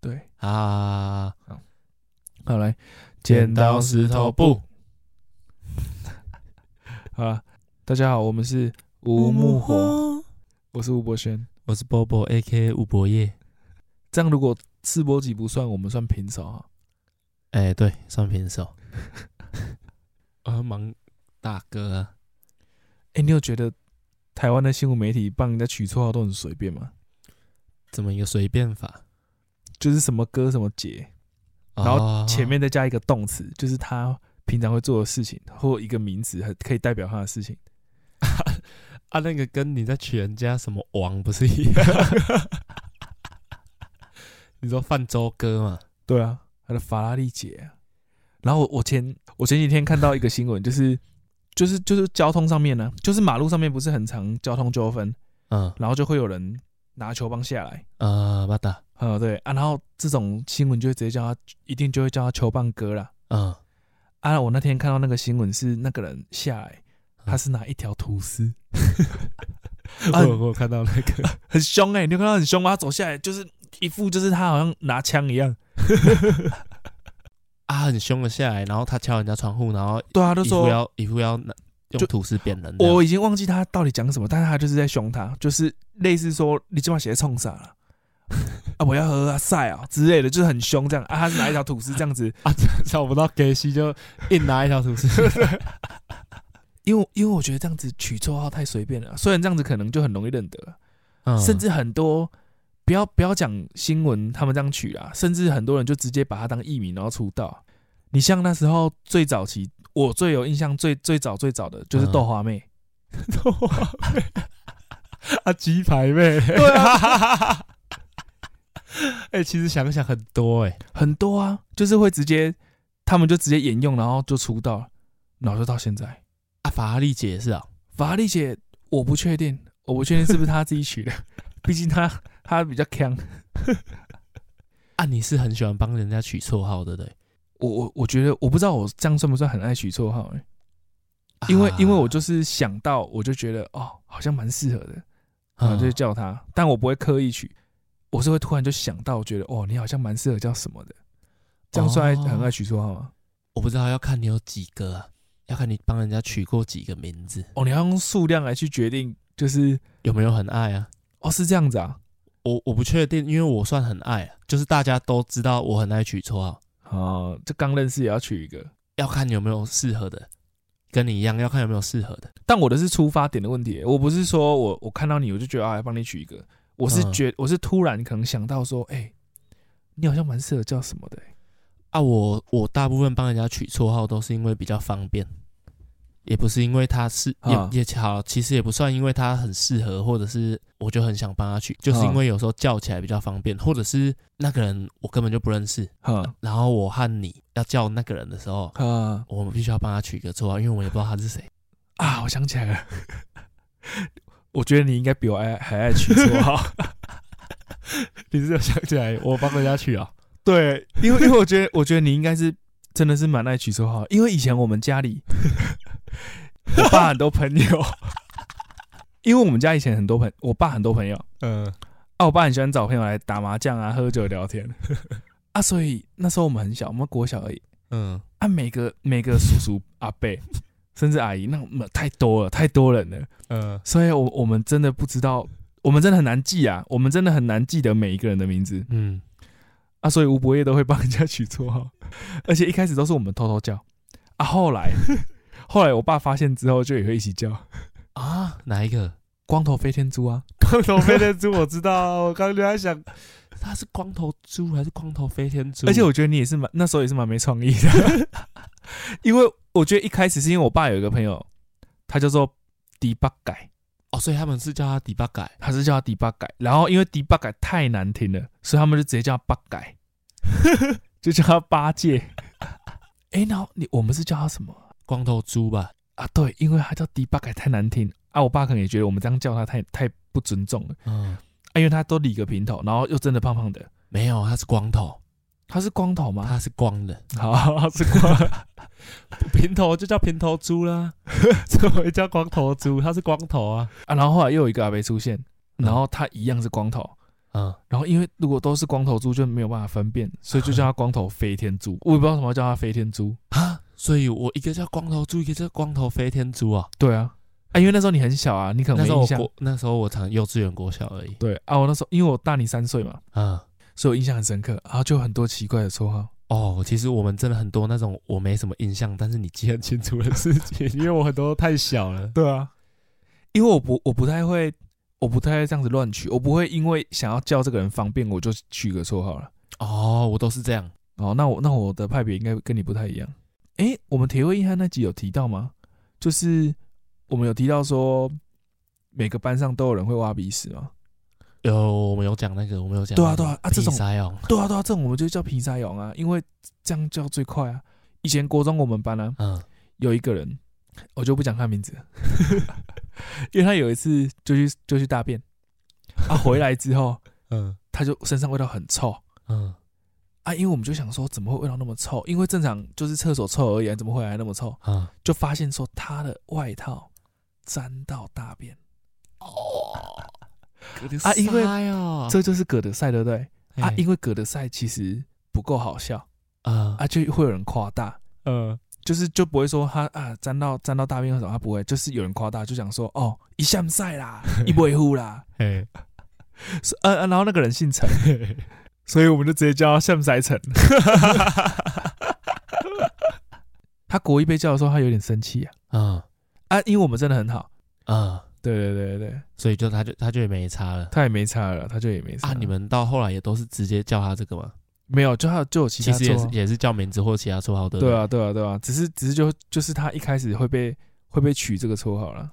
对，啊，好来，剪刀石头布， 好了，大家好，我们是吴木火，，我是吴博轩。我是 Bobo A K 吴博业，这样如果四波几不算，我们算平手啊。哎、对，算平 手，啊，忙大哥啊，哎、你有觉得台湾的新闻媒体帮人家取绰号都很随便吗？怎么一个随便法？就是什么哥什么姐，然哦后前面再加一个动词，就是他平常会做的事情，或一个名词，还可以代表他的事情。啊，那个跟你在取人家什么王不是一 样？你说泛舟哥嘛？对啊，他的法拉利姐、啊。然后我我前我前几天看到一个新闻，就是就是就是交通上面呢、就是马路上面不是很常交通纠纷，嗯然后就会有人拿球棒下来，啊，巴达，呃对啊，然后这种新闻就会直接叫他，一定就会叫他球棒哥啦。嗯，啊，我那天看到那个新闻是那个人下来，他是拿一条吐 司，啊啊我有我有看到那个，很凶哎、你有看到很凶吗？他走下来就是一副就是他好像拿枪一样，啊，很凶的下来，然后他敲人家窗户，然后对啊，就一副说要一副要拿用就吐司扁人这样，我已经忘记他到底讲什么，但是他就是在凶他，就是类似说你这把鞋冲啥 了。啊！我要喝啊晒啊之类的，就是很凶这样啊。他是拿一条吐司这样子，啊，找不到给西就硬拿一条吐司，因为因为我觉得这样子取绰号太随便了，虽然这样子可能就很容易认得， 嗯甚至很多不要不要讲新闻他们这样取啊，甚至很多人就直接把它当艺名然后出道。你像那时候最早期，我最有印象最最早最早的就是嗯豆花妹， 啊，鸡排妹，对啊。 哎、其实想想很多哎、很多啊，就是会直接他们就直接沿用，然后就出道了，然后就到现在。啊，法拉利姐也是啊，法拉利姐，我不确定，我不确定是不是她自己取的， 毕竟她她比较强。啊，你是很喜欢帮人家取绰号的对不对？我我我觉得我不知道我这样算不算很爱取绰号、欸，啊因为因为我就是想到我就觉得哦，好像蛮适合的，啊嗯然后就叫她，但我不会刻意取，我是会突然就想到，觉得哦，你好像蛮适合叫什么的，这样算爱很爱哦取绰号吗？我不知道要看你有几个啊，要看你帮人家取过几个名字，哦，你要用数量来去决定，就是有没有很爱啊？哦是这样子啊，我我不确定，因为我算很爱啊，就是大家都知道我很爱取绰号，哦，这刚认识也要取一个，要看有没有适合的，跟你一样要看有没有适合的。但我的是出发点的问题，我不是说我我看到你我就觉得啊，帮你取一个，我是嗯觉、我是突然可能想到说，哎、你好像蛮适合叫什么的、欸啊，我我大部分帮人家取绰号都是因为比较方便，也不是因为他是啊也也好，其实也不算因为他很适合，或者是我就很想帮他取，就是因为有时候叫起来比较方便，或者是那个人我根本就不认识，哈然后我和你要叫那个人的时候，哈我们必须要帮他取一个绰号，因为我也不知道他是谁。啊，我想起来了， 我觉得你应该比我爱还爱取绰号， 你是有想起来我帮人家取啊？ 对，因为因为我觉得我觉得你应该是真的是蛮爱取绰号，因为以前我们家 里我爸很多朋 友，因为我们家以前很多朋，我爸很多朋友，嗯，啊，我爸很喜欢找朋友来打麻将啊、喝酒聊天 啊，所以那时候我们很小，我们国小而已嗯，啊，每个每个叔叔、阿伯，甚至阿姨，那我们太多了，太多人了，嗯，所以我我们真的不知道，我们真的很难记啊，我们真的很难记得每一个人的名字嗯，啊，所以吴伯业都会帮人家取绰号，而且一开始都是我们偷偷叫啊，后来 后来我爸发现之后，就也会一起叫啊，哪一个？光头飞天猪啊， 光头飞天猪我知道啊，我刚刚就在想，他是光头猪还是光头飞天猪？而且我觉得你也是蛮那时候也是蛮没创意的， 因为我觉得一开始是因为我爸有一个朋友，他叫做迪巴改，哦，所以他们是叫他迪巴改他是叫他迪巴改，然后因为迪巴改太难听了，所以他们就直接叫他八改， 就叫他八戒。哎、然后你我们是叫他什么光头猪吧？啊？对，因为他叫迪巴改太难听啊，我爸可能也觉得我们这样叫他太太不尊重了嗯，啊，因为他都理个平头，然后又真的胖胖的，没有，他是光头，他是光头吗？ 他是光的，好，他是光。平头就叫平头猪啦，怎 么会叫光头猪？他是光头啊，啊，然后后来又有一个阿伯出现，然后他一样是光头，嗯，然后因为如果都是光头猪就没有办法分辨，所以就叫它光头飞天猪。我也不知道为什么要叫它飞天猪。啊，所以我一个叫光头猪，一个叫光头飞天猪啊。对啊，啊，因为那时候你很小啊，你可那能时没候印我象。国，那时候我才幼稚园、国小而已。对啊，我那时候因为我大你三岁嘛，啊，所以我印象很深刻。然后就有很多奇怪的绰号。哦，其实我们真的很多那种我没什么印象，但是你记很清楚的事情， 因为我很多太小了。对啊，因为我不我不太会，我不太会这样子乱取，我不会因为想要叫这个人方便，我就取个绰号了。哦，我都是这样。哦，那我那我的派别应该跟你不太一样。诶，我们铁胃硬汉那集有提到吗？就是我们有提到说，每个班上都有人会挖鼻屎吗？有，我们有讲那个，我们有讲对啊那个对啊啊这种皮塞哦，对啊，对啊，这种我们就叫皮沙勇啊，因为这样叫最快啊。以前国中我们班啊，嗯，有一个人，我就不讲他名字了， 因为他有一次就去就去大便，啊，回来之后嗯他就身上味道很臭嗯啊，因为我们就想说怎么会味道那么臭？因为正常就是厕所臭而已啊，怎么会还那么臭？嗯，就发现说他的外套沾到大便，哦，啊因为啊这就是葛德赛，对不对？啊，因为葛德赛其实不够好笑啊啊，就会有人夸大，呃嗯就是就不会说他啊沾到沾到大便或什么，他不会，就是有人夸大，就讲说哦一项赛啦， 一不一户啦，嘿，是呃、呃然后那个人姓陈，所以我们就直接叫他项赛 陈。他国一被叫的时候，他有点生气啊 嗯啊，因为我们真的很好，嗯，对对对对对，所以就他就他就也没差了他也没差了，他就也没差啊。你们到后来也都是直接叫他这个吗？没有，就还有就有其其他实也绰是号也是叫名字或其他绰号的。对啊，对啊，对啊，只是只是就就是他一开始会被会被取这个绰号了。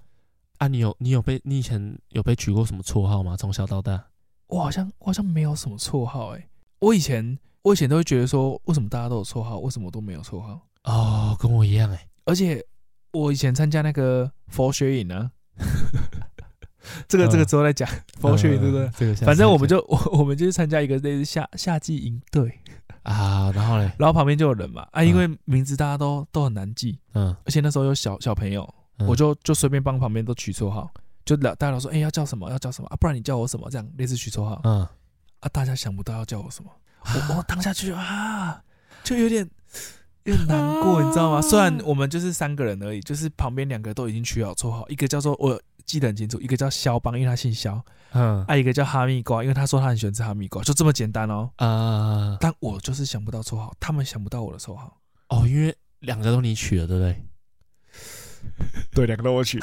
啊，你有你有被你以前有被取过什么绰号吗？从小到大？我好像我好像没有什么绰号哎、我以前我以前都会觉得说，为什么大家都有绰号，为什么我都没有绰号？哦，跟我一样哎。而且我以前参加那个佛学营呢、啊， 这个这个之后再讲佛学营对不对嗯？这个下次反正我们再就我我们就去参加一个类似夏夏季营队，讲啊，然后嘞，然后旁边就有人嘛啊，因为名字大家都都很难记，嗯，而且那时候有小小朋友，嗯我就就随便帮旁边都取绰号，就聊大家都说，哎、要叫什么要叫什么啊，不然你叫我什么这样，类似取绰号、嗯，啊，大家想不到要叫我什么， 我我当下就觉得啊，就有点有点难过，啊你知道吗？虽然我们就是三个人而已，就是旁边两个都已经取好绰号，一个叫做我记得很清楚，一个叫肖邦，因为他姓肖，嗯啊，一个叫哈密瓜，因为他说他很喜欢吃哈密瓜，就这么简单哦。啊，但我就是想不到绰号，他们想不到我的绰号。哦，因为两个都你取了，对不对？ 对，两个都我取。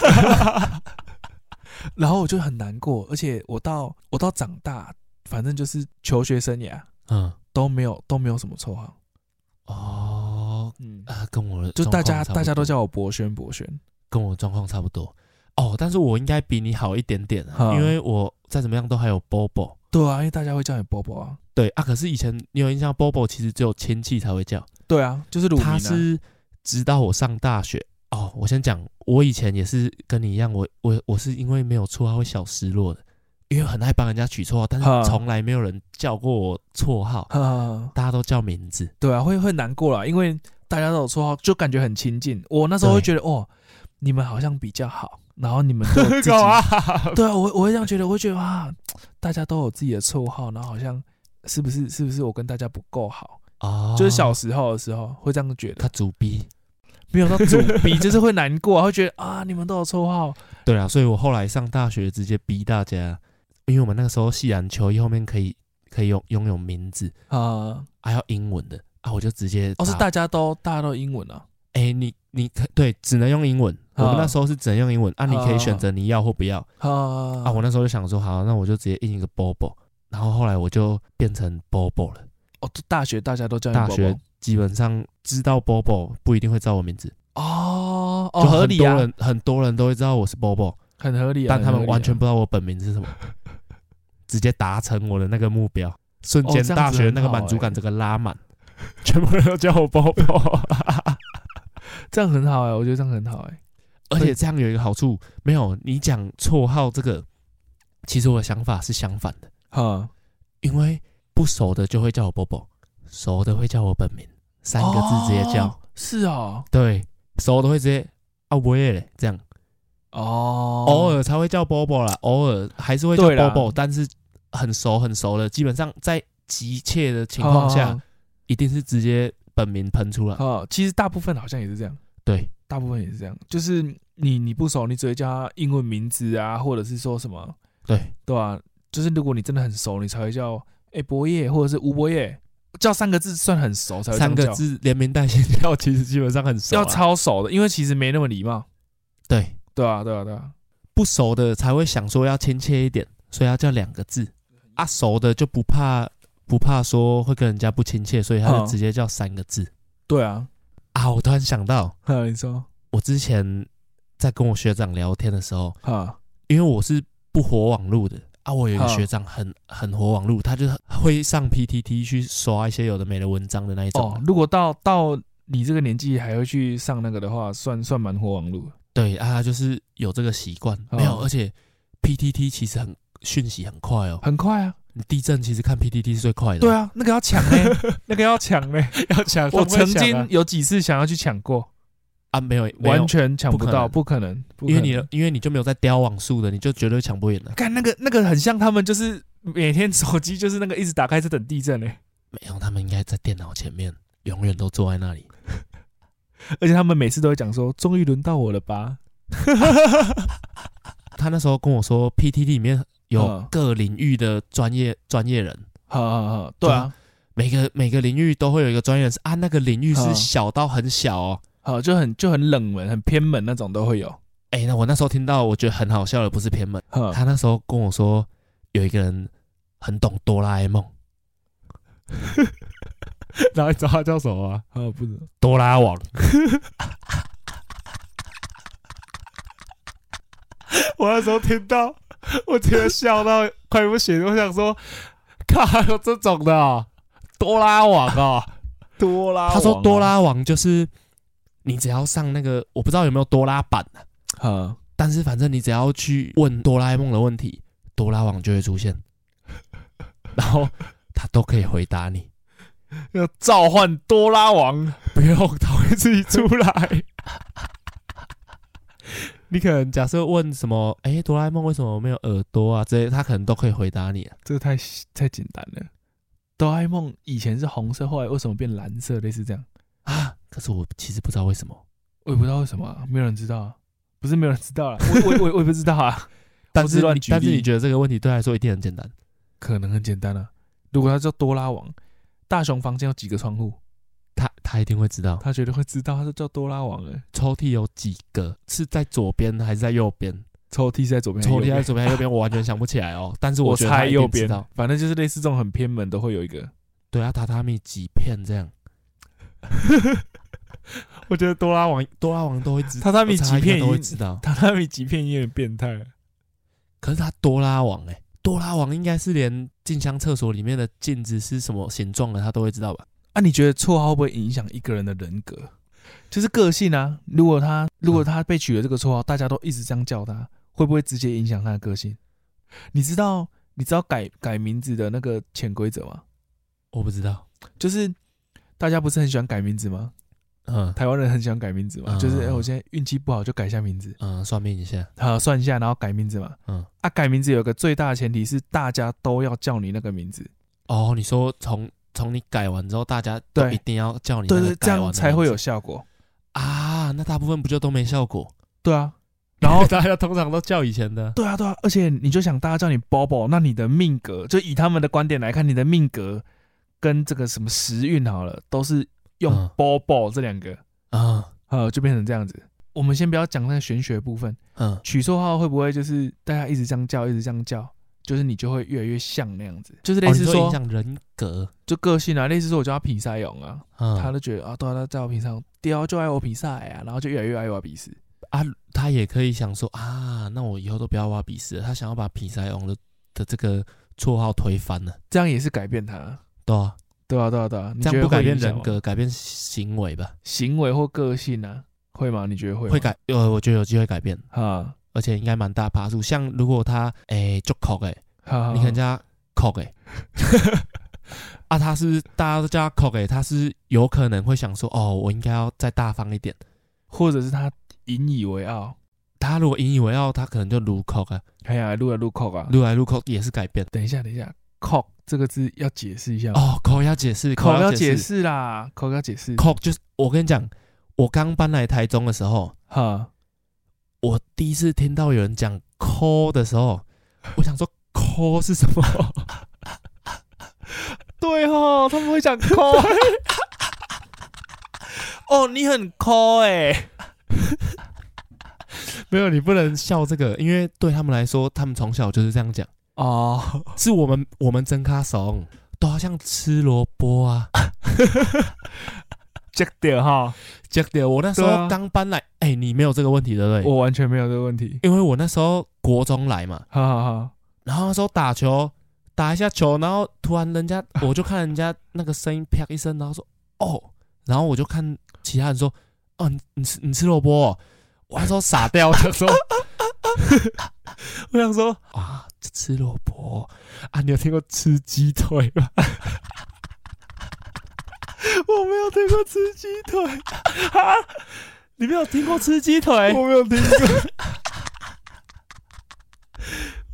然后我就很难过，而且我到我到长大，反正就是求学生涯嗯，都没有都没有什么绰号，哦，嗯，啊，跟我的就大状家况差不多大家都叫我博轩博轩，跟我状况差不多。哦，但是我应该比你好一点点、啊，嗯因为我再怎么样都还有 Bobo。对啊，因为大家会叫你波波啊，对啊，可是以前你有印象，Bobo 其实只有亲戚才会叫，对啊，就是鲁明、啊，他是直到我上大学。哦，我先讲，我以前也是跟你一样，我我我是因为没有绰号会小失落的，因为很爱帮人家取绰号，但嗯是从来没有人叫过我绰号，啊，大家都叫名字。 对啊，会会难过啦，因为大家都有绰号，就感觉很亲近。我那时候会觉得哦，你们好像比较好，然后你们 都有自己，对啊，我会我会这样觉得，我会觉得哇，大家都有自己的绰号，然后好像是不是是不是我跟大家不够好？哦，就是小时候的时候会这样觉他得，主逼。没有到主逼， 就是会难过啊，会觉得啊，你们都有绰号，对啊，所以我后来上大学直接逼大家，因为我们那个时候系篮球衣后面可以可以拥拥有名字，啊，还、要英文的啊，我就直接哦，是打大家都大家都英文啊，哎、你你可对，只能用英文。啊我们那时候是只能用英文啊，你可以选择你要或不要啊啊。我那时候就想说，好，那我就直接印一个 Bobo，然后后来我就变成 Bobo 了。哦，大学大家都叫你大宝宝学基本上知道 Bobo 不一定会知道我名字，哦，哦，就合很理多啊，人很多人都会知道我是 Bobo，很合理啊，但他很合们理啊完全不知道我本名 是什么，直接达成我的那个目标，瞬间哦这样子大学那个很好满足感欸整个拉满，全部人都叫 我 Bobo。这样很好哎、我觉得这样很好哎、 而且这样有一个好处，没有你讲绰号这个，其实我的想法是相反的，哈，因为不熟的就会叫我 Bobo，熟的会叫我本名，三个字直接叫，哦是哦，对，熟的会直接啊我也嘞这样，哦，偶尔才会叫 Bobo 啦，偶尔还是会叫对啦 Bobo，但是很熟很熟了，基本上在急切的情况下，哦一定是直接本名喷出来。啊，其实大部分好像也是这样，对，大部分也是这样，就是你你不熟，你只会叫他英文名字啊，或者是说什么，对，对吧、就是如果你真的很熟，你才会叫哎、博业或者是吴博业，叫三个字算很熟才会这三样个叫，字连名带姓 叫，其实基本上很熟啊、要超熟的，因为其实没那么礼貌，对对啊，对啊，对啊，不熟的才会想说要亲切一点，所以要叫两个字。嗯啊，熟的就不怕不怕说会跟人家不亲切，所以他就嗯直接叫三个字。对啊，啊，我突然想到，哈，你说我之前在跟我学长聊天的时候，哈，因为我是不活网路的啊，我有一个嗯学长很很活网路，他就是会上 PTT 去刷一些有的没的文章的那一种。哦，如果到到你这个年纪还会去上那个的话，算算蛮火网路，对啊，他就是有这个习惯，嗯没有，而且 PTT 其实很讯息很快哦，很快啊，你地震其实看 PTT 是最快的。对，啊，那个要抢 呢、那个要抢呢、要抢我曾经有几次想要去抢过，啊，没有，没有完全抢不到，不不可能，不可因为能你的因为你就没有在雕网速的，你就绝对抢不赢了。看那个那个很像他们，就是每天手机就是那个一直打开在等地震呢、欸没有，他们应该在电脑前面，永远都坐在那里。而且他们每次都会讲说，终于轮到我了吧？他那时候跟我说，PTT 里面有嗯各领域的专业专业人，好好好，对啊，每个每个领域都会有一个专业人士啊，那个领域是嗯小到很小哦。好就很就很冷门、很偏门那种都会有。哎、那我那时候听到，我觉得很好笑的，不是偏门。哈他那时候跟我说，有一个人很懂哆啦 A 梦，然后你知道他叫什么吗？啊，不是，哆啦王。我那时候听到，我真的笑到快不行，我想说，靠，有这种的、哦，哆啦王哦。多拉啊他说哆，啦王就是你只要上那个，我不知道有没有哆啦版啊，哈，但是反正你只要去问哆啦 A 梦的问题，哆啦王就会出现， 然后他都可以回答你，要召唤多拉王，不用他会自己出来。 你可能假设问什么，哎、哆啦 A 梦为什么没有耳朵啊？这些他可能都可以回答你、啊。这个太太简单了。哆啦 A 梦以前是红色，后来为什么变蓝色？类似这样，啊可是我其实不知道为什么，我也不知道为什么啊、没有人知道啊，不是没有人知道啊，我我我我也不知道 啊，但我是只乱你举但是例你觉得这个问题对他来说一定很简单，可能很简单啊。如果他叫多拉王，大雄房间有几个窗户，他他一定会知道。他绝对会知道，他就叫多拉王哎、抽屉有几个？是在左边还是在右边？抽屉是在左边，抽屉在左，左边还是右边？我完全想不起来 哦。但是我觉得他猜一定右知边道。，反正就是类似这种很偏门都会有一 个。对啊，榻榻米几片这样。我觉得哆啦 王哆啦王都会知，榻榻米几片我猜他应该都会已知经，道。榻榻米几片也很变态了。可是他哆啦王哎、哆啦王应该是连进香厕所里面的镜子是什么形状的，他都会知道吧？啊，你觉得绰号会不会影响一个人的人格？就是个性啊。如果他如果他被取了这个绰号，大家都一直这样叫他，会不会直接影响他的个性？你知道你知道改改名字的那个潜规则吗？我不知道。就是大家不是很喜欢改名字吗？嗯台湾人很喜欢改名字嘛，嗯就是、哎我现在运气不好就改一下名字，嗯，算命一下。好、算一下，然后改名字嘛。嗯，啊，改名字有个最大的前提是大家都要叫你那个名字，哦，你说从从你改完之后，大家都对一定要叫你对那对，个这改完的样才会有名字效果。啊？那大部分不就都没效果？对啊，然后 大家通常都叫以前的。对啊，对啊，而且你就想大家叫你 Bobo，那你的命格，就以他们的观点来看，你的命格跟这个什么时运好了，都是用嗯 Bobo 这两个，啊，呃，就变成这样子。我们先不要讲那个玄学部分，嗯，取绰号会不会就是大家一直这样叫，一直这样叫，就是你就会越来越像那样子，就是类类似似说，哦影响人格，嗯就个性啊，类似说我叫他比赛勇啊，他他就觉得啊，对啊，他叫我比赛勇，雕就爱我比赛啊，然后就越来越爱我比斯。啊，他也可以想说啊，那我以后都不要挖比斯了，他想要把比赛王的的这个绰号推翻了，这样也是改变他，对啊，对啊，对啊，对啊，你这觉样得不改会变影响人吗格，改变行为吧，行为或个性啊，会吗？你觉得会吗？会改，呃，我觉得有机会改变，哈，而且应该蛮大趴数，像如果他哎就口哎，哈哈，你看人家口哎。 啊，他是大家都叫他口给，他是有可能会想说，哦，我应该要再大方一点，或者是他引以为傲，他如果引以为傲，他可能就撸 cock 啊，哎呀，录来录 cock 啊。撸来撸 cock 也是改变。等一下，等一下，cock 这个字要解释一下吗。哦，cock 要解释口，cock 要解解释啦，口要解释。 ，cock 就是我跟你讲，我刚搬来台中的时候，哈，我第一次听到有人讲 call 的时候，我想说 call 是什么？ 对哦，他们会讲 call，哦，你很 call 哎、 没有，你不能笑这个，因为对他们来说，他们从小就是这样讲。哦，是我们我们真咖怂，都好像吃萝卜啊。 c 点哈，讲的，我那时对啊候刚搬来，哎、你没有这个问题对不对？我完全没有这个问题。因为我那时候国中来嘛，哈哈哈，然后那时候打球打一下球，然后突然 人家我就看人家那个声音啪一声，然后说哦，然后我就看其他人说哦，你你吃你吃萝卜哦、我那时候傻掉，我想说， 我想说啊，这吃萝卜哦啊，你有听过吃鸡腿吗？ 我没有听过吃鸡腿，啊你没有听过吃鸡腿 我没有听过。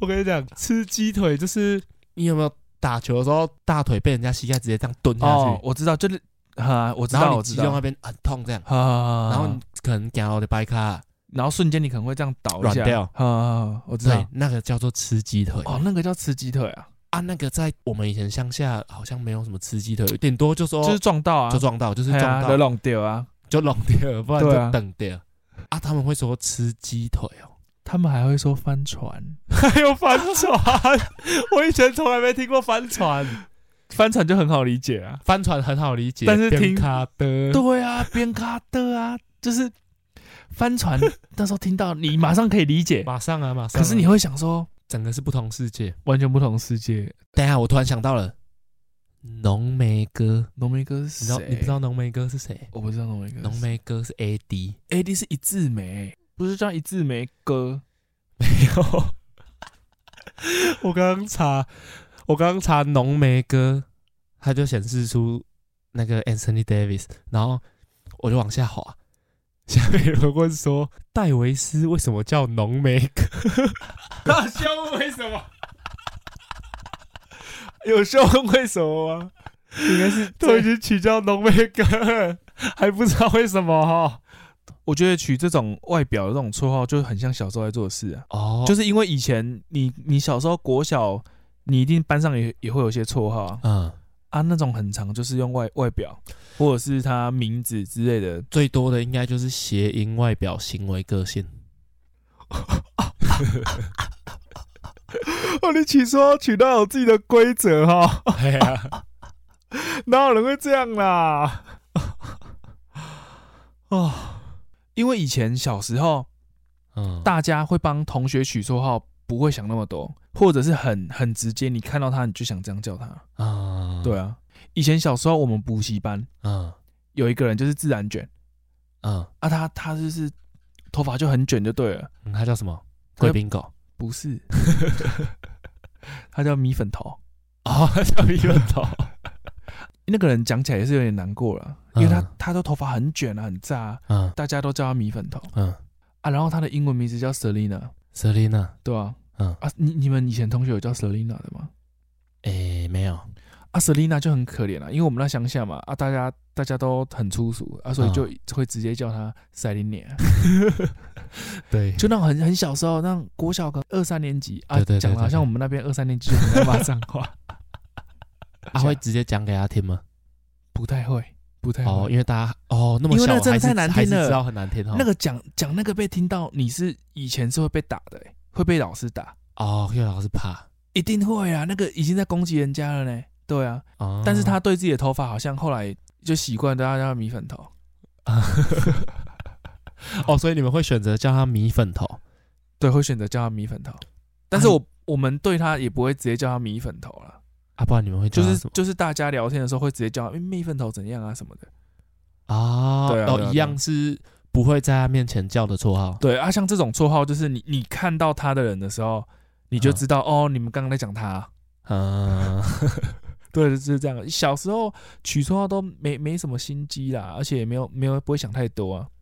我跟你讲，吃鸡腿就是你有没有打球的时候，大腿被人家膝盖直接这样蹲下去，哦，我知道，就是哈，我知然道，后我你知肌肉道啊那。边很痛这样，哈，然后你可能夹到我的掰卡，然后瞬间你可能会这样倒一下，软掉哈哈，哈我知道对。，那个叫做吃鸡腿。哦，那个叫吃鸡腿啊，啊，那个在我们以前乡下好像没有什么吃鸡腿，顶多就说就是撞到啊，就撞到，就是嘿撞啊就到弄掉啊。就弄掉，不然对啊就等掉。啊，他们会说吃鸡腿哦，他们还会说帆 船，还有帆 船，我以前从来没听过帆船，帆船就很好理解啊。帆船很好理解，但是边听卡 的对啊，边嘎的啊，就是帆船。那时候听到你马上可以理解，马上啊马上啊，可是你会想说整个是不同世界。完全不同世界。等一下，我突然想到了浓眉哥，浓眉哥是你知道谁你不知？道浓眉哥是谁？我不知道浓眉哥。浓眉哥是 AD， AD 是一字眉，不是叫一字眉哥。没有。 我刚刚查，我刚刚查浓眉哥，他就显示出那个 Anthony Davis，然后我就往下滑，下面有人问说戴维斯为什么叫浓眉哥？大胸为什么？ 有胸为什么吗？应该是都已经取叫浓眉哥了，还不知道为什么哈、我觉得取这种外表的这种绰号，就很像小时候在做的事啊。哦，就是因为以前你你小时候国小，你一定班上也也会有一些绰号啊嗯，啊，那种很长就是用外外表或者是他名字之类的。最多的应该就是谐音、外表、行为、个性。哦，你取说取到有自己的规则哈，哎呀， 哪有人会这样啦？哦，因为以前小时候嗯，大家会帮同学取绰号，不会想那么多，或者是很很直接，你看到他你就想这样叫他。啊，对啊，以前小时候我们补习班嗯，有一个人就是自然卷。嗯啊他，他就是头发就很卷就对了，嗯，他叫什么？他贵叫宾狗不 是，他叫米粉头。哦，他叫米粉头。 那个人讲起来也是有点难过了，因为他、嗯他都头发很卷啊，很炸啊、嗯大家都叫他米粉头嗯啊。然后他的英文名字叫 Selina， ，Selina，对啊，嗯啊，你你们以前同学有叫 Selina 的吗？诶，没有，啊，Selina 就很可怜啊，因为我们那乡下嘛，啊，大家大家都很粗俗啊，嗯所以就会直接叫他塞琳娜，对，就那种很很小时候，那种国小可能二三年级啊对，对对讲的好对像对我们那边二三年级就很爱骂脏话。他会直接讲给他听吗？不太会，不太会。哦，因为大家哦那么因为那小个真的还是太难还听了是知道很难听哦。那个讲讲那个被听到，你是以前是会被打的、欸，会被老师打，哦，因为老师怕一定会啊。那个已经在攻击人家了呢。对啊，哦，但是他对自己的头发好像后来就习惯，大家叫他米粉头。 哦，所以你们会选择叫他米粉头对，会选择叫他米粉头。但是我、我们对他也不会直接叫他米粉头了，啊？不然你们会叫就他是什么就是大家聊天的时候会直接叫他、欸、米粉头怎样啊什么的。啊？对啊对啊对哦啊，一样是不会在他面前叫的绰号。对啊，像这种绰号，就是你你看到他的人的时候，你就知道、哦，你们刚刚在讲他、嗯，对，就是这样。小时候取绰号都没没什么心机啦，而且也没有没有不会想太多啊。嗯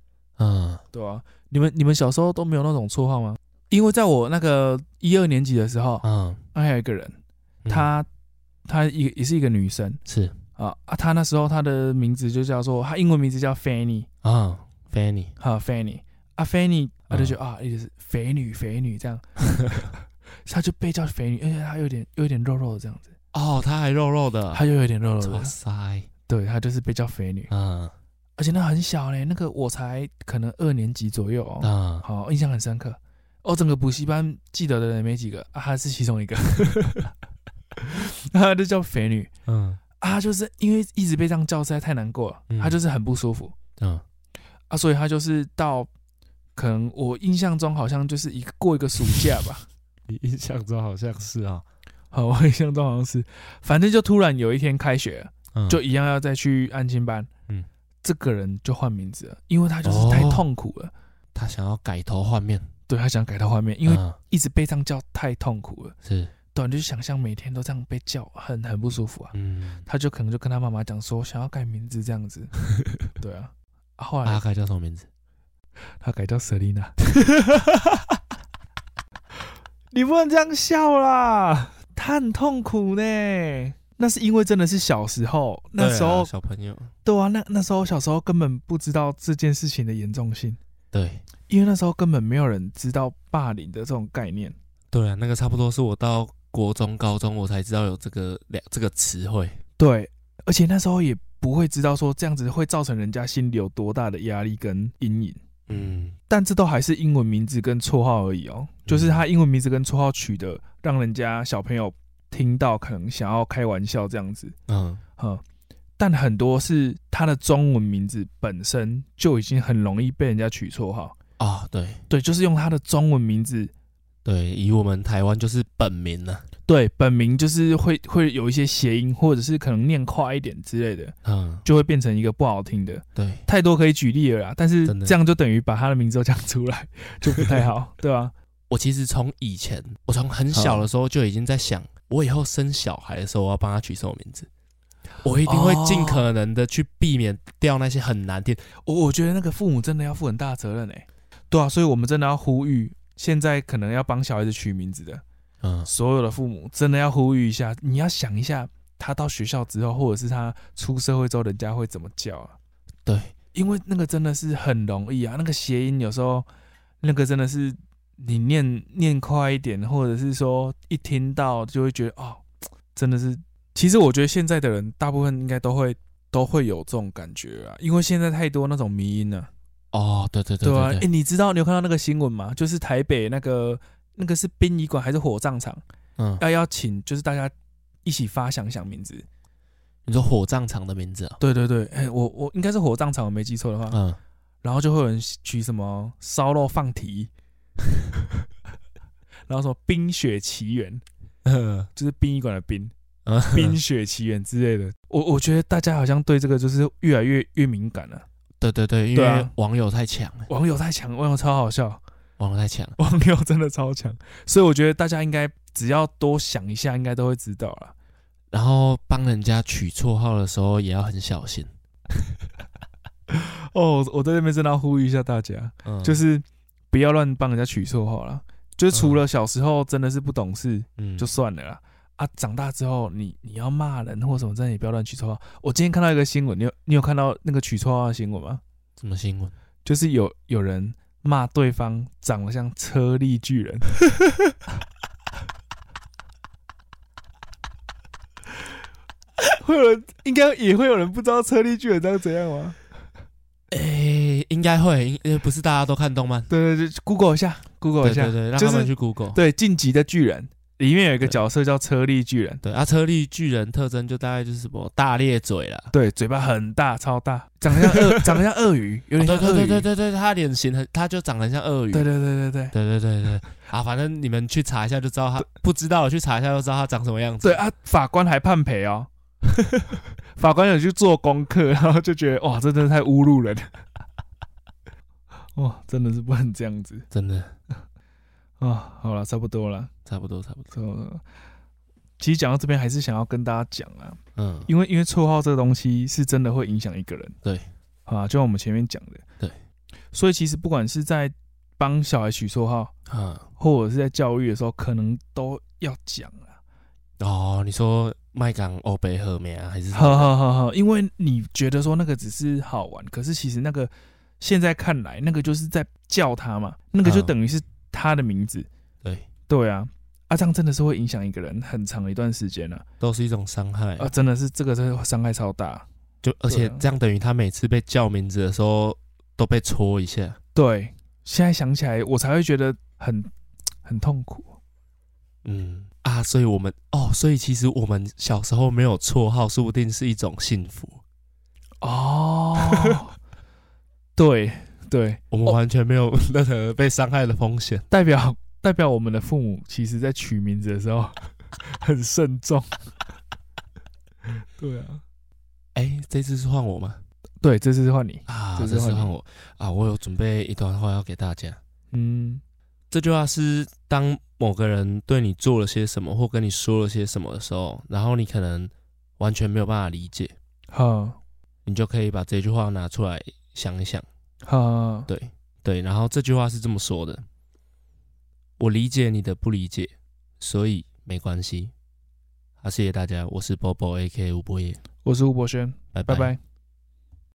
嗯，对啊，你们你们小时候都没有那种绰号吗？因为在我那个一二年级的时候，嗯，还有一个人，嗯她她也也是一个女生是啊啊，她那时候她的名字就叫做她英文名字叫 Fanny 啊，Fanny，哈、Fanny 啊 Fanny，她就嗯觉得、啊一直是肥女肥女这样，她就被叫肥女，而且她有点有点肉肉的这样子，哦，他还肉肉的，她就有点肉肉哇的，塞，对她就是被叫肥女，嗯而且那很小嘞，那个我才可能二年级左右、哦，嗯，好，印象很深刻。哦，整个补习班记得的人没几个啊，她是其中一个， 啊她就叫肥女嗯啊，就是因为一直被这样叫，实在太难过了，嗯她就是很不舒服嗯啊，所以她就是到可能我印象中好像就是一个过一个暑假吧， 你印象中好像是哦啊，好，我印象中好像是，反正就突然有一天开学了，嗯就一样要再去安亲班，嗯嗯，这个人就换名字了，因为他就是哦太痛苦了，他想要改头换面，对他想改头换面，因为嗯一直被这样叫太痛苦了。是，对，你就想象每天都这样被叫，很很不舒服啊。嗯，他就可能就跟他妈妈讲说，想要改名字这样 子。对啊，啊后阿来凯叫什么名字？他改叫 Selina。你不能这样笑啦，他很痛苦呢。那是因为真的是小时候，那时对候啊小朋友，对啊，那那时候小时候根本不知道这件事情的严重性，对因为那时候根本没有人知道霸凌的这种概念。对啊，那个差不多是我到国中、高中我才知道有这个两这个词汇，对，而且那时候也不会知道说这样子会造成人家心里有多大的压力跟阴影。嗯但这都还是英文名字跟绰号而已哦，就是他英文名字跟绰号取的，让人家小朋友听到可能想要开玩笑这样子，嗯嗯。但很多是他的中文名字本身就已经很容易被人家取绰号，啊，对对，就是用他的中文名字，对，以我们台湾就是本名啊了，对，本名就是会会有一些谐音，或者是可能念快一点之类的，嗯，就会变成一个不好听的。对，太多可以举例了啦，但是真的这样就等于把他的名字都讲出来， 就不太 好，对吧、我其实从以前，我从很小的时候就已经在想，我以后生小孩的时候，我要帮他取什么名字。我一定会尽可能的去避免掉那些很难听。我我觉得那个父母真的要负很大的责任哎、对啊，所以我们真的要呼吁，现在可能要帮小孩子取名字的嗯，所有的父母，真的要呼吁一下，你要想一下，他到学校之后，或者是他出社会之后，人家会怎么叫啊？对，因为那个真的是很容易啊，那个谐音有时候，那个真的是你念念快一点，或者是说一听到就会觉得哦，真的是。其实我觉得现在的人大部分应该都会都会有这种感觉啊，因为现在太多那种迷音了、哦，对对对对啊，哎、对对，你知道你有看到那个新闻吗？就是台北那个那个是殡仪馆还是火葬场，嗯，要邀请就是大家一起发想想名字。你说火葬场的名字啊？对对对，哎、我我应该是火葬场，我没记错的话，嗯，然后就会有人取什么烧肉放 题，然后什么冰雪奇缘， 嗯就是殡仪馆的冰， 嗯冰雪奇缘之类的。我我觉得大家好像对这个就是越来越越敏感了。对对对，因对啊为网友太强了，网友太强，网友超好笑。 网友太强了。网友真的超强，所以我觉得大家应该只要多想一下，应该都会知道了。然后帮人家取绰号的时候也要很小心。哦，我在这边真的要呼吁一下大家，嗯，就是不要乱帮人家取绰号啦。就是除了小时候真的是不懂事，嗯，就算了啦。啊，长大之后你你要骂人或什么，真的也不要乱取绰号。我今天看到一个新闻，你有你有看到那个取绰号的新闻吗？什么新闻？就是有有人骂对方长得像车力巨人。 会有人应该也会有人不知道车力巨人长怎样吗？哎，应该会，因因为不是大家都看动漫。对对对，Google 一下，Google 对一下，对对，让就他是们去 Google。对《晋级的巨人》里面有一个对角色叫车力巨人，对，啊，车力巨人特征就大概就是什么大咧嘴啦，对，嘴巴很大，超大，长得像 鳄，长得像鳄鱼，有点对像鳄对鱼。哦对对对对，他脸型很，他就长得很像鳄鱼。对对对对对对对对对啊，反正你们去查一下就知道他，不知道的去查一下就知道他长什么样子。对，啊，法官还判赔哦。 法官有去做功课，然后就觉得哇，这真的太侮辱人了。哇，真的是不能这样子真的啊、好了，差不多了，差不多差不多。差不多了。其实讲到这边，还是想要跟大家讲啊，嗯，因为因为绰号这个东西是真的会影响一个人。对，啊，就像我们前面讲的，对，所以其实不管是在帮小孩取绰号，嗯，或者是在教育的时候，可能都要讲啊。哦，你说麦港欧北和美啊，还是什好么？好好好，因为你觉得说那个只是好玩，可是其实那个现在看来，那个就是在叫他嘛，那个就嗯等于是他的名字。对，对啊，啊，这样真的是会影响一个人很长一段时间呢、都是一种伤害。啊，真的是这个真的伤害超大。就而且对啊这样等于他每次被叫名字的时候都被戳一下。对，现在想起来我才会觉得很很痛苦。嗯啊，所以我们哦，所以其实我们小时候没有绰号，说不定是一种幸福。哦， 对对，我们完全没有任何被伤害的风险。代表代表我们的父母其实在取名字的时候很慎重。 对啊，哎、这次是换我吗？对，这次是换你。啊，这这次换次你换我啊！我有准备一段话要给大家。嗯这句话是当某个人对你做了些什么，或跟你说了些什么的时候，然后你可能完全没有办法理解，好，你就可以把这句话拿出来想一想。好，对对，然后这句话是这么说的：我理解你的不理解，所以没关系。好、谢谢大家，我是 Bobo A K 吴博业，我是吴博轩，拜拜拜拜。